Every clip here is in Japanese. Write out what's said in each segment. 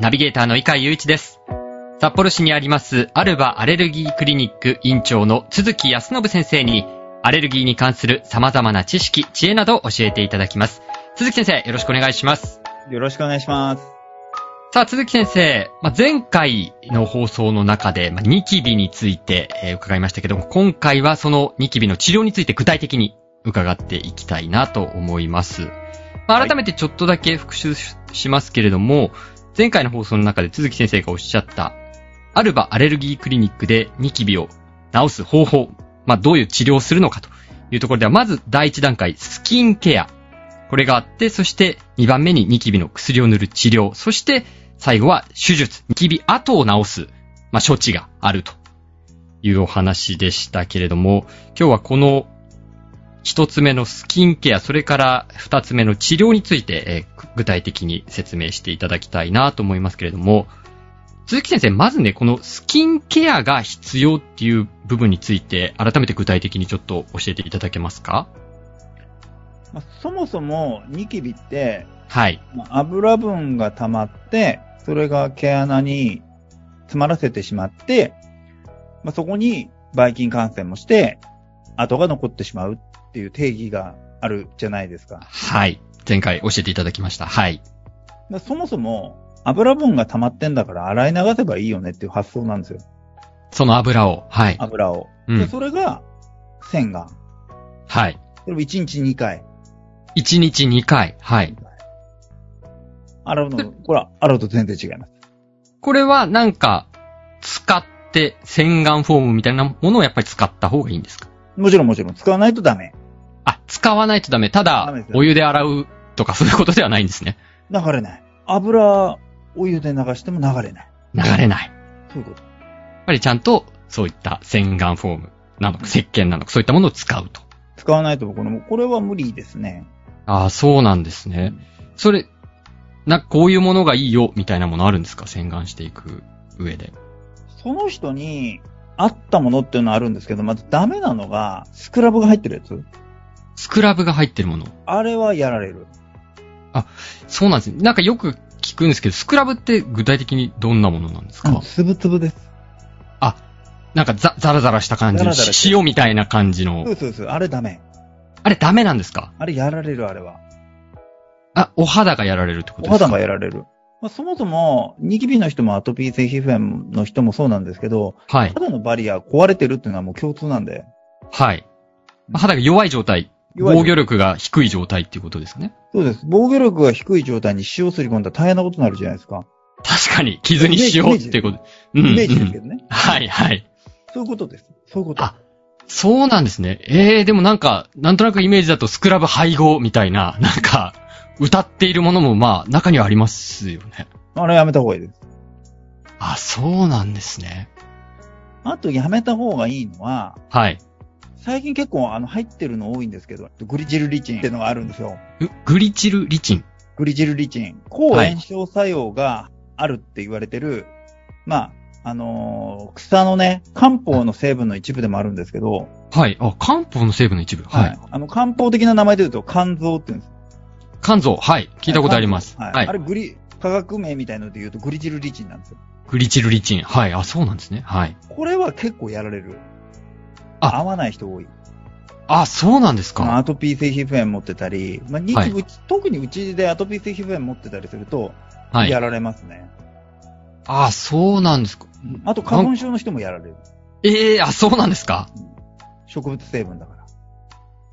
ナビゲーターの井川祐一です。札幌市にありますアルバアレルギークリニック院長の鈴木康信先生にアレルギーに関する様々な知識、知恵などを教えていただきます。鈴木先生、よろしくお願いします。よろしくお願いします。さあ、鈴木先生、まあ、前回の放送の中で、まあ、ニキビについて、えー、伺いましたけども、今回はそのニキビの治療について具体的に伺っていきたいなと思います。まあ、改めてちょっとだけ復習しますけれども、はい前回の放送の中で鈴木先生がおっしゃった、アルバアレルギークリニックでニキビを治す方法、まあ、どういう治療をするのかというところでは、まず第一段階、スキンケア。これがあって、そして2番目にニキビの薬を塗る治療。そして最後は手術、ニキビ後を治す、まあ、処置があるというお話でしたけれども、今日はこの一つ目のスキンケア、それから二つ目の治療について、えー、具体的に説明していただきたいなと思いますけれども、鈴木先生、まずね、このスキンケアが必要っていう部分について、改めて具体的にちょっと教えていただけますか、まあ、そもそもニキビって、はい。まあ、油分が溜まって、それが毛穴に詰まらせてしまって、まあ、そこにばい菌感染もして、跡が残ってしまうっていう定義があるじゃないですか。はい。前回教えていただきました。はい。そもそも油分が溜まってんだから洗い流せばいいよねっていう発想なんですよ。その油を。はい。油を。うん、でそれが洗顔。はい。それを1日2回。 1日2回。はい。洗うの、これは洗うと全然違います。これはなんか、使って洗顔フォームみたいなものをやっぱり使った方がいいんですかもちろんもちろん。使わないとダメ。あ、使わないとダメ。ただ、ね、お湯で洗うとかそういうことではないんですね。流れない。油、お湯で流しても流れない。流れない。そういうこと。やっぱりちゃんと、そういった洗顔フォームなのか、石鹸なのか、そういったものを使うと。使わないと僕の、これは無理ですね。ああ、そうなんですね。それ、な、こういうものがいいよ、みたいなものあるんですか洗顔していく上で。その人に合ったものっていうのはあるんですけど、まずダメなのが、スクラブが入ってるやつスクラブが入ってるもの。あれはやられる。あ、そうなんですね。なんかよく聞くんですけど、スクラブって具体的にどんなものなんですかつぶつぶです。あ、なんかザザラザラした感じの塩みたいな感じの。そうそうそう、あれダメ。あれダメなんですかあれやられる、あれは。あ、お肌がやられるってことですかお肌がやられる。まあ、そもそも、ニキビの人もアトピー性皮膚炎の人もそうなんですけど、はい、肌のバリア壊れてるっていうのはもう共通なんで。はい。まあ、肌が弱い状態防御力が低い状態っていうことですね。そうです。防御力が低い状態に塩をすり込んだら大変なことになるじゃないですか。確かに、傷に塩っていうこと。イメージですけどね。はいはい。そういうことです。そういうこと。あ、そうなんですね。ええー、でもなんか、なんとなくイメージだとスクラブ配合みたいな、なんか、歌っているものもまあ、中にはありますよね。あれやめた方がいいです。あ、そうなんですね。あとやめた方がいいのは、はい。最近結構あの入ってるの多いんですけど、グリチルリチンってのがあるんですよ。グリチルリチングリチルリチン。抗炎症作用があるって言われてる、はい、まあ、あのー、草のね、漢方の成分の一部でもあるんですけど。はい。あ、漢方の成分の一部はい。はい、あの、漢方的な名前で言うと、肝臓って言うんです。肝臓はい。聞いたことあります。はい。はい、あれ、グリ、科学名みたいので言うと、グリチルリチンなんですよ。グリチルリチン。はい。あ、そうなんですね。はい。これは結構やられる。あ、合わない人多い。あ、そうなんですか。アトピー性皮膚炎持ってたり、まあニキ、はい、特にうちでアトピー性皮膚炎持ってたりすると、はい、やられますね。あ、そうなんですか。あと、花粉症の人もやられる。ええー、あ、そうなんですか、うん。植物成分だから。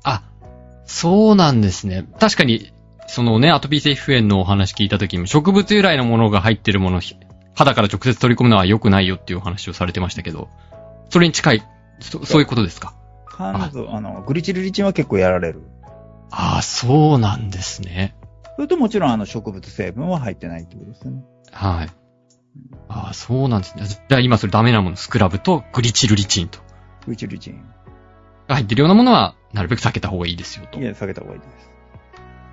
あ、そうなんですね。確かに、そのね、アトピー性皮膚炎のお話聞いた時も、植物由来のものが入ってるもの、肌から直接取り込むのは良くないよっていうお話をされてましたけど、それに近いそ、そういうことですか。肝臓、あの、グリチルリチンは結構やられる。ああ、そうなんですね。それともちろん、あの、植物成分は入ってないってことですね。はい。ああ、そうなんですね。じゃあ今それダメなもの、スクラブとグリチルリチンと。グリチルリチン。が入ってるようなものは、なるべく避けた方がいいですよとい。や、下げた方がいいです。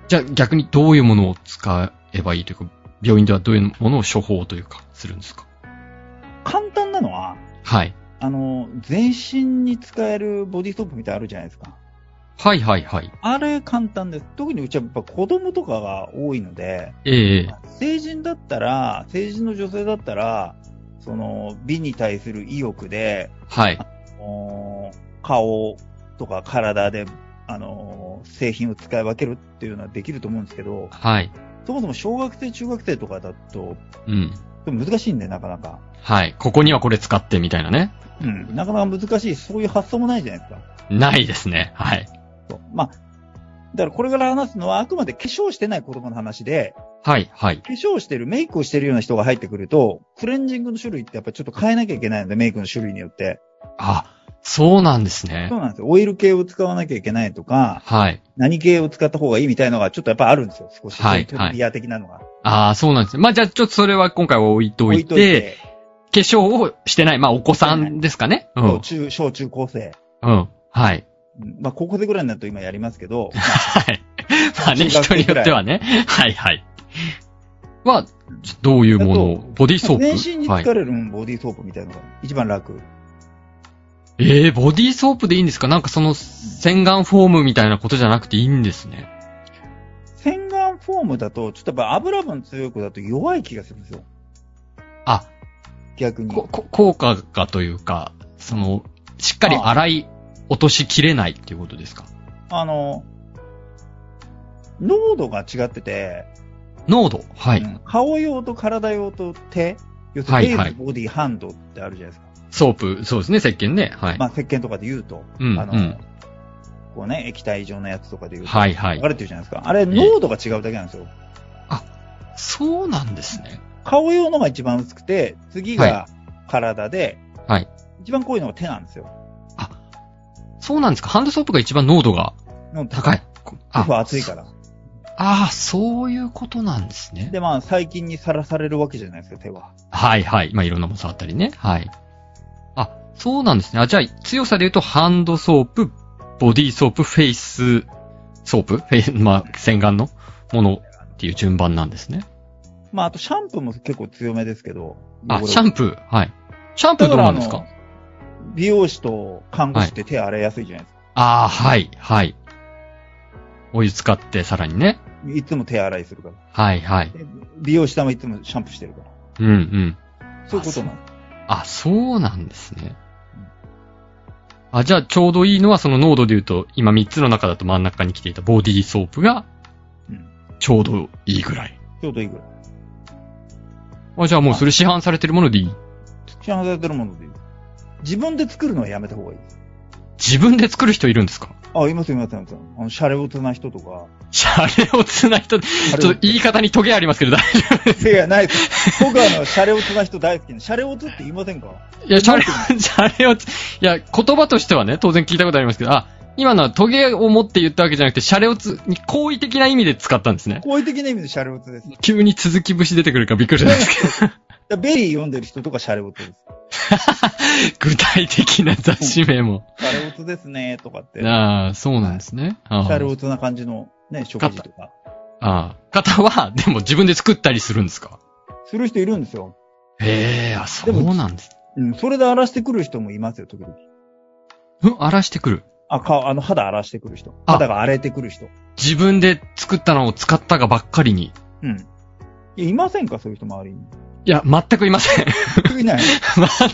じゃあ逆にどういうものを使えばいいというか、病院ではどういうものを処方というか、するんですか簡単なのは、はい。あの、全身に使えるボディソープみたいなのあるじゃないですか。はいはいはい。あれ簡単です。特にうちはやっぱ子供とかが多いので、ええ成人だったら、成人の女性だったら、その、美に対する意欲で、はい。おー顔とか体で、あのー、製品を使い分けるっていうのはできると思うんですけど、はい。そもそも小学生、中学生とかだと、うん。難しいんで、なかなか。はい。ここにはこれ使ってみたいなね。うん。なかなか難しい、そういう発想もないじゃないですか。ないですね。はい。そうまあ、だからこれから話すのはあくまで化粧してない子供の話で、はいはい。化粧してる、メイクをしてるような人が入ってくると、クレンジングの種類ってやっぱちょっと変えなきゃいけないので、メイクの種類によって。あ、そうなんですねそう。なんですよ。オイル系を使わなきゃいけないとか、はい。何系を使った方がいいみたいのがちょっとやっぱあるんですよ。少し。はいトリビア的なのが。ああ、そうなんですね。まあじゃあちょっとそれは今回は置いといて、て、化粧をしてない、まあお子さんですかね。う小ん。中、小中高生。うん。 はい。うんまあ、高校生ぐらいになると今やりますけど、まあはい。まあね、中学人によ生くらっいてはね。 はいはい。は、どういうものをボディーソープ全身には疲い。れるうんボディーソープみたいなのが一番楽。えー、ボディーソープでいいんですかなんかその洗顔フォームみたいなことじゃなくていいんですね。洗顔フォームだと、ちょっとやっぱ油分強い子だと弱い気がするんですよ。あ、逆に。こ、こ効果がというか、その、しっかり洗い落としきれないっていうことですかあの、濃度が違ってて、濃度はい、うん顔用と体用と手、要するはにいフェイス、はいボディ、ハンドってあるじゃないですか。ソープ、そうですね、石鹸ね。はい。まあ、石鹸とかで言うと、うん、うあの、ん。こうね、液体状のやつとかで言うと、はいはい分か。れてるじゃないですか。あれ、濃度が違うだけなんですよ。そうなんですね。顔用のが一番薄くて、次はが体で、はい一番濃いのが手なんですよ。そうなんですかハンドソープが一番濃度が高い。い。こ皮あ膚は厚いから。ああ、そういうことなんですね。で、まあ、最近にさらされるわけじゃないですか、手は。はいはい。まあ、いろんなもの触ったりね。はい。あ、そうなんですね。あ、じゃあ、強さで言うと、ハンドソープ、ボディーソープ、フェイスソープ、フェイまあ、洗顔のものっていう順番なんですね。まあ、あとシャンプーも結構強めですけど。あ、シャプンプー。はい。シャンプーどうなんですか美容師と看護師って手洗いやすいじゃないですか。ああー、はい、はい。お湯使って、さらにね。い、つも手洗いするから。はい、はい。で美容師さんはいつもシャンプーしてるから。うん、うん。そういうことなんです。あ、そうなんですね。あ、じゃあ、ちょうどいいのは、その濃度で言うと、今3つの中だと真ん中に来ていたボディーソープがうん、ちょうどいいぐらい。ちょうどいいぐらい。あ、じゃあもうそれ市販されてるものでいい市販されてるものでいい。自分で作るのはやめた方がいいです。自分で作る人いるんですかあ、いますいますいます。あの、シャレオツな人とか。シャレオツな人、ちょっと言い方にトゲありますけど、大丈 いや、ないです。僕はあの、シャレオツな人大好きな。シャレオツって言いませんか夫いや、シャレオツ、シャレオツ、いや、言葉としてはね、当然聞いたことありますけど、あ、今のはトゲを持って言ったわけじゃなくて、シャレオツに好意的な意味で使ったんですね。好意的な意味でシャレオツです。だか急に続き節出てくるからびっくりしたんですけど。らベリー読んでる人とかシャレオツです。具体的な雑誌名も。シャレオツですね、とかって。シああ、そうなんですね。あャレーオツな感じのね、食事とか。あー。方は、でも自分で作ったりするんですかする人いるんですよ。へえ、あ、そうなんです。うん、それで荒らしてくる人もいますよ、時々。うん、荒らしてくる。あ、顔、あの、肌荒らしてくる人。あ肌が荒れてくる人。自分で作ったのを使ったがばっかりに。うん。いや、いませんかそういう人周 りに。いや、全くいません。いない。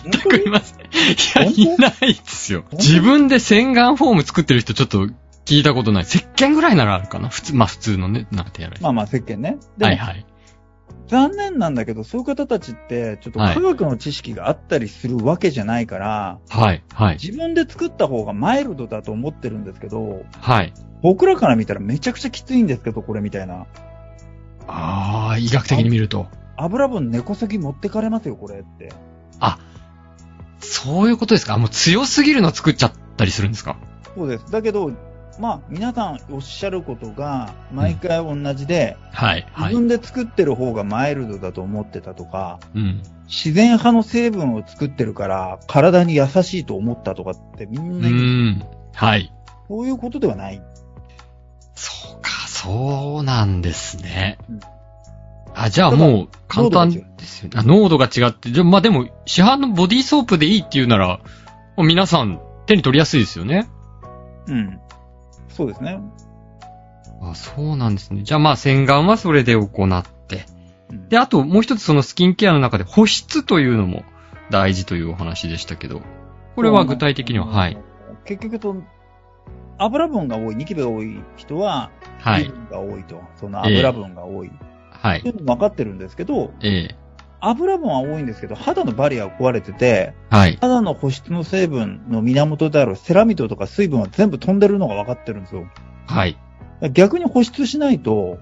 全く いません。本い当や、いないですよ。当自分で洗顔フォーム作ってる人ちょっと聞いたことない。石鹸ぐらいならあるかな普通、まあ普通のね、なんてやられて。まあまあ、石鹸ね。でも、はいはい。残念なんだけど、そういう方たちって、ちょっとはい科学の知識があったりするわけじゃないから、はい、はい、自分で作った方がマイルドだと思ってるんですけど、はい。僕らから見たらめちゃくちゃきついんですけど、これみたいな。ああ、医学的に見ると。油分根こそぎ持ってかれますよ、これって。そういうことですかあもう強すぎるの作っちゃったりするんですかそうです。だけど、まあ、皆さんおっしゃることが、毎回同じで、はい、は自い。分で作ってる方がマイルドだと思ってたとか、うん。自然派の成分を作ってるから、体に優しいと思ったとかってみうんな言う、ん。はい。そういうことではない。そうか、そうなんですねうん。あ、じゃあただもう、簡単濃度が違ですよね。あ濃度が違って、じゃあまあでも、市販のボディーソープでいいっていうなら、もう皆さん、手に取りやすいですよね。うん。そうですね。あ、そうなんですね。じゃあまあ、洗顔はそれで行って。うんで、あともう一つそのスキンケアの中で保湿というのも大事というお話でしたけど、これは具体的には、はい。。結局と、油分が多い、ニキビが多い人は、は油い。分が多いと、その油分が多い。はっていい。うのも分かってるんですけど、ええ油分は多いんですけど、肌のバリアが壊れてて、はい。肌の保湿の成分の源であるセラミドとか水分は全部飛んでるのが分かってるんですよ。はい。逆に保湿しないと、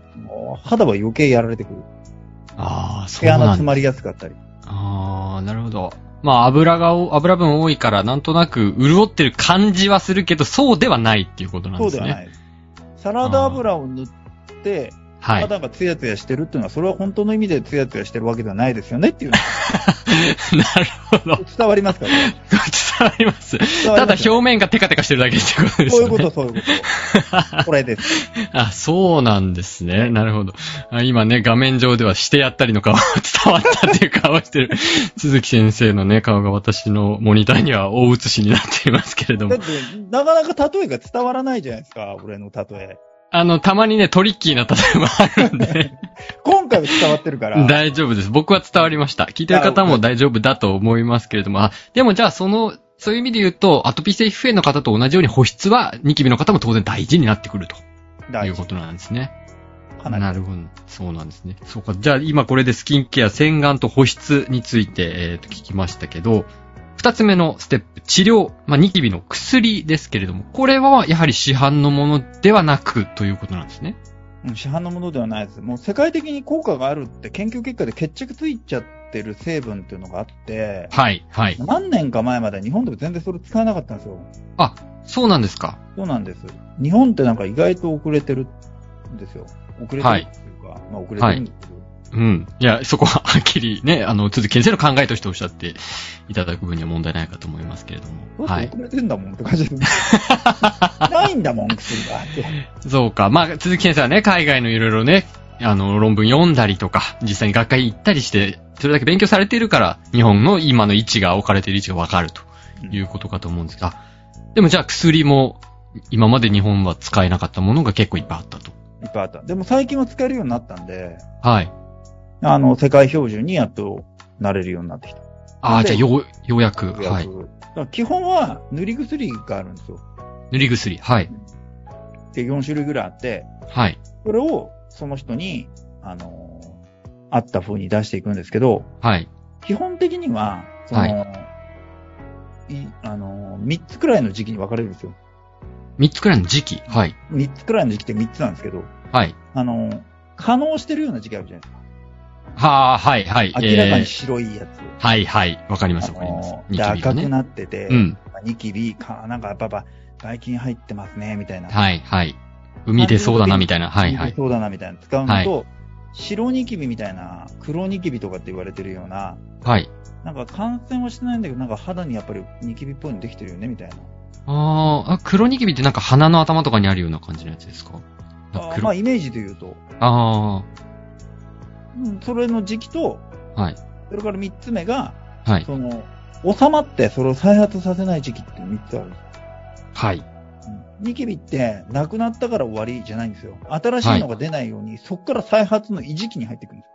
肌は余計やられてくる。ああ、そう毛穴なん詰だまりやすかったり。ああ、なるほど。まあ、油がお、油分多いから、なんとなく潤ってる感じはするけど、そうではないっていうことなんそでうすでね。。はないい。サラダ油を塗って、はい。肌がツヤツヤしてるっていうのは、それは本当の意味でツヤツヤしてるわけではないですよねっていう の なるほど。伝伝わりますかね。わります。伝わただりま表すよね面がテカテカしてるだけっていうことですそういようね。こと、そういうこと。これです。 あ、そうなんですね。なるほど。あ今ね、画面上ではしてやったりの顔が伝わったっていう顔をして る。鈴木先生のね、顔が私のモニターには大写しになっていますけれどだもっ。て、なかなか例えが伝わらないじゃないですか、俺の例え。あの、たまにね、トリッキーな例えもあるんで。今回は伝わってるから。大丈夫です。僕は伝わりました。聞いてる方も大丈夫だと思いますけれども、あ、でもじゃあその、そういう意味で言うと、アトピー性皮膚炎の方と同じように保湿は、ニキビの方も当然大事になってくるとい大う丈ことなんですね。夫。かなり。なるほど。そうなんですね。そうか。じゃあ今これでスキンケア、洗顔と保湿について、えーと、聞きましたけど、二つ目のステップ、治療。まあ、ニキビの薬ですけれども、これはやはり市販のものではなくということなんですね。うん市販のものではないです。もう世界的に効果があるって研究結果で決着ついちゃってる成分っていうのがあって、はい、はい。何年か前まで日本でも全然それ使えなかったんですよ。そうなんですか。そうなんです。日本ってなんか意外と遅れてるんですよ。遅れてるはいっていうか、まあ遅れてるんですけど。うん。いや、そこははっきりね、 あの、鈴木先生の考えとしておっしゃっていただく分には問題ないかと思いますけれども。だはってい。遅れてんだもんって感 じです。ないんだもん、薬がって。そうか。まあ、鈴木先生はね、海外のいろいろね、あの、論文読んだりとか、実際に学会行ったりして、それだけ勉強されているから、日本の今の位置が、置かれている位置がわかるということかと思うんですが。でもじゃあ薬も、今まで日本は使えなかったものが結構いっぱいあったと。いっぱいあった。でも最近は使えるようになったんで、はい。あの、世界標準にやっとなれるようになってきた。ああ、じゃであよう、ようやく、ようはやい。くだから基本は塗り薬があるんですよ。塗り薬、はい。で、4種類ぐらいあって、はい。それをその人に、あのーあった風に出していくんですけど、はい。基本的には、その、、はいあのー、3つくらいの時期に分かれるんですよ。三つくらいの時期、はい。 3つくらいの時期って3つなんですけど、はい。あのー可能してるような時期あるじゃないはあ、はい、はい。ですか。明らかにえー白いやつ。はい、はい。わかります、あわかりますの。ーニキで、ビが赤くね。なってて、うん。ニキビ、か、なんかやっぱ、ばばい菌入ってますね、みたいな。はい、はい。海出そうだな、みたいな。はい、はい。そうだな、みたいな。使うのと、白ニキビみたいな、黒ニキビとかって言われてるような、はい。なんか感染はしてないんだけど、なんか肌にやっぱりニキビっぽいのできてるよね、みたいな。あーあ、黒ニキビってなんか鼻の頭とかにあるような感じのやつですかなんかあ黒まあ、イメージで言うと、あうんそれの時期と、あ、はい。それから3つ目が、はい。その、収まってそれを再発させない時期って3つあるんです。はい。うんニキビって、なくなったから終わりじゃないんですよ。新しいのが出ないように、そこから再発の維持期に入ってくるんで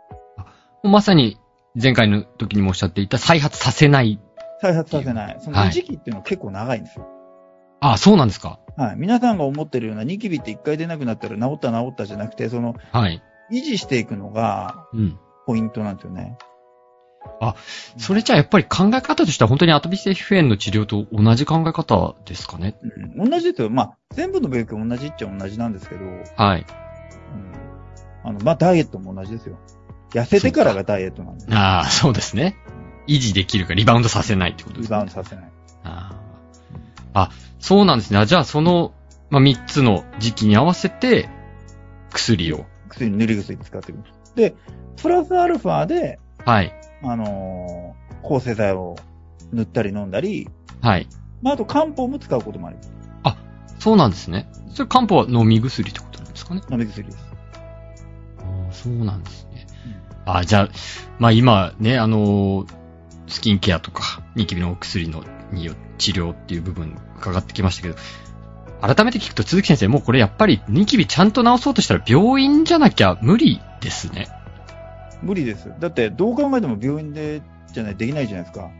す。まさに、前回の時にもおっしゃっていた、再発させない。再発させない。そはのい時期っていうのは結構長いんですよ。ああ、そうなんですかはい。皆さんが思ってるようなニキビって一回出なくなったら治った治ったじゃなくて、その、はい。維持していくのがうん。ポイントなんですよね。それじゃあやっぱり考え方としては本当にアトピー性皮膚炎の治療と同じ考え方ですかねうん。同じですよ。まあ、全部の病気は同じっちゃ同じなんですけど、うん。はい。あの、まあ、ダイエットも同じですよ。痩せてからがダイエットなんで、ああ、そうですね。維持できるか、リバウンドさせないってことでリすね。バウンドさせない。あーあ、そうなんですね。あじゃあ、その、まあ、3つの時期に合わせて、薬を。薬、塗り薬使ってくる。で、プラスアルファで、はい。あのー抗生剤を塗ったり飲んだり、はい。まあ、あと漢方も使うこともあります。そうなんですね。それ漢方は飲み薬ってことなんですかね。飲み薬です。ああそうなんですね。あ、じゃあ、まあ今ね、あのースキンケアとか、ニキビのお薬のによ治療っていう部分伺ってきましたけど、改めて聞くと鈴木先生、もうこれやっぱりニキビちゃんと治そうとしたら病院じゃなきゃ無理ですね。無理です。だって、どう考えても病院で、じゃない、できないじゃないですか。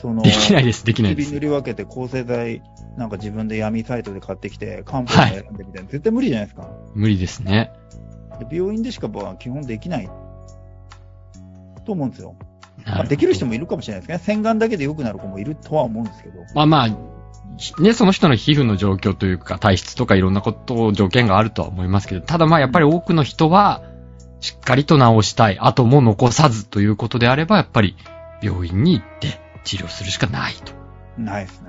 その、できないです、できないで指す。塗り分けて抗生剤、なんか自分で闇サイトで買ってきて、漢方をはい選んでみたいな、絶対無理じゃないですか。無理ですね。で病院でしか僕は基本できない。と思うんですよ。なまあ、できる人も。もいるかもしれないですね。洗顔だけで良くなる子もいるとは思うんですけど。まあまあ、ね、その人の皮膚の状況というか、体質とかいろんなこと、条件があるとは思いますけど、ただまあやっぱり多くの人は、しっかりと治したい、後も残さずということであれば、やっぱり病院に行って治療するしかないないですね。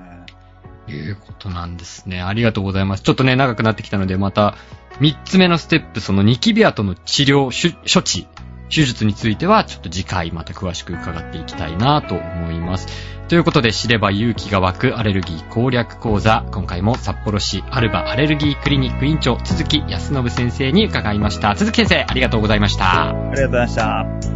ということなんですね。ありがとうございます。ちょっとね、長くなってきたので、また、三つ目のステップ、そのニキビ跡の治療、しゅ処置、手術については、ちょっと次回また詳しく伺っていきたいなと思います。ということで、知れば勇気が湧くアレルギー攻略講座、今回も札幌市アルバアレルギークリニック院長、鈴木康信先生に伺いました。鈴木先生、ありがとうございました。ありがとうございました。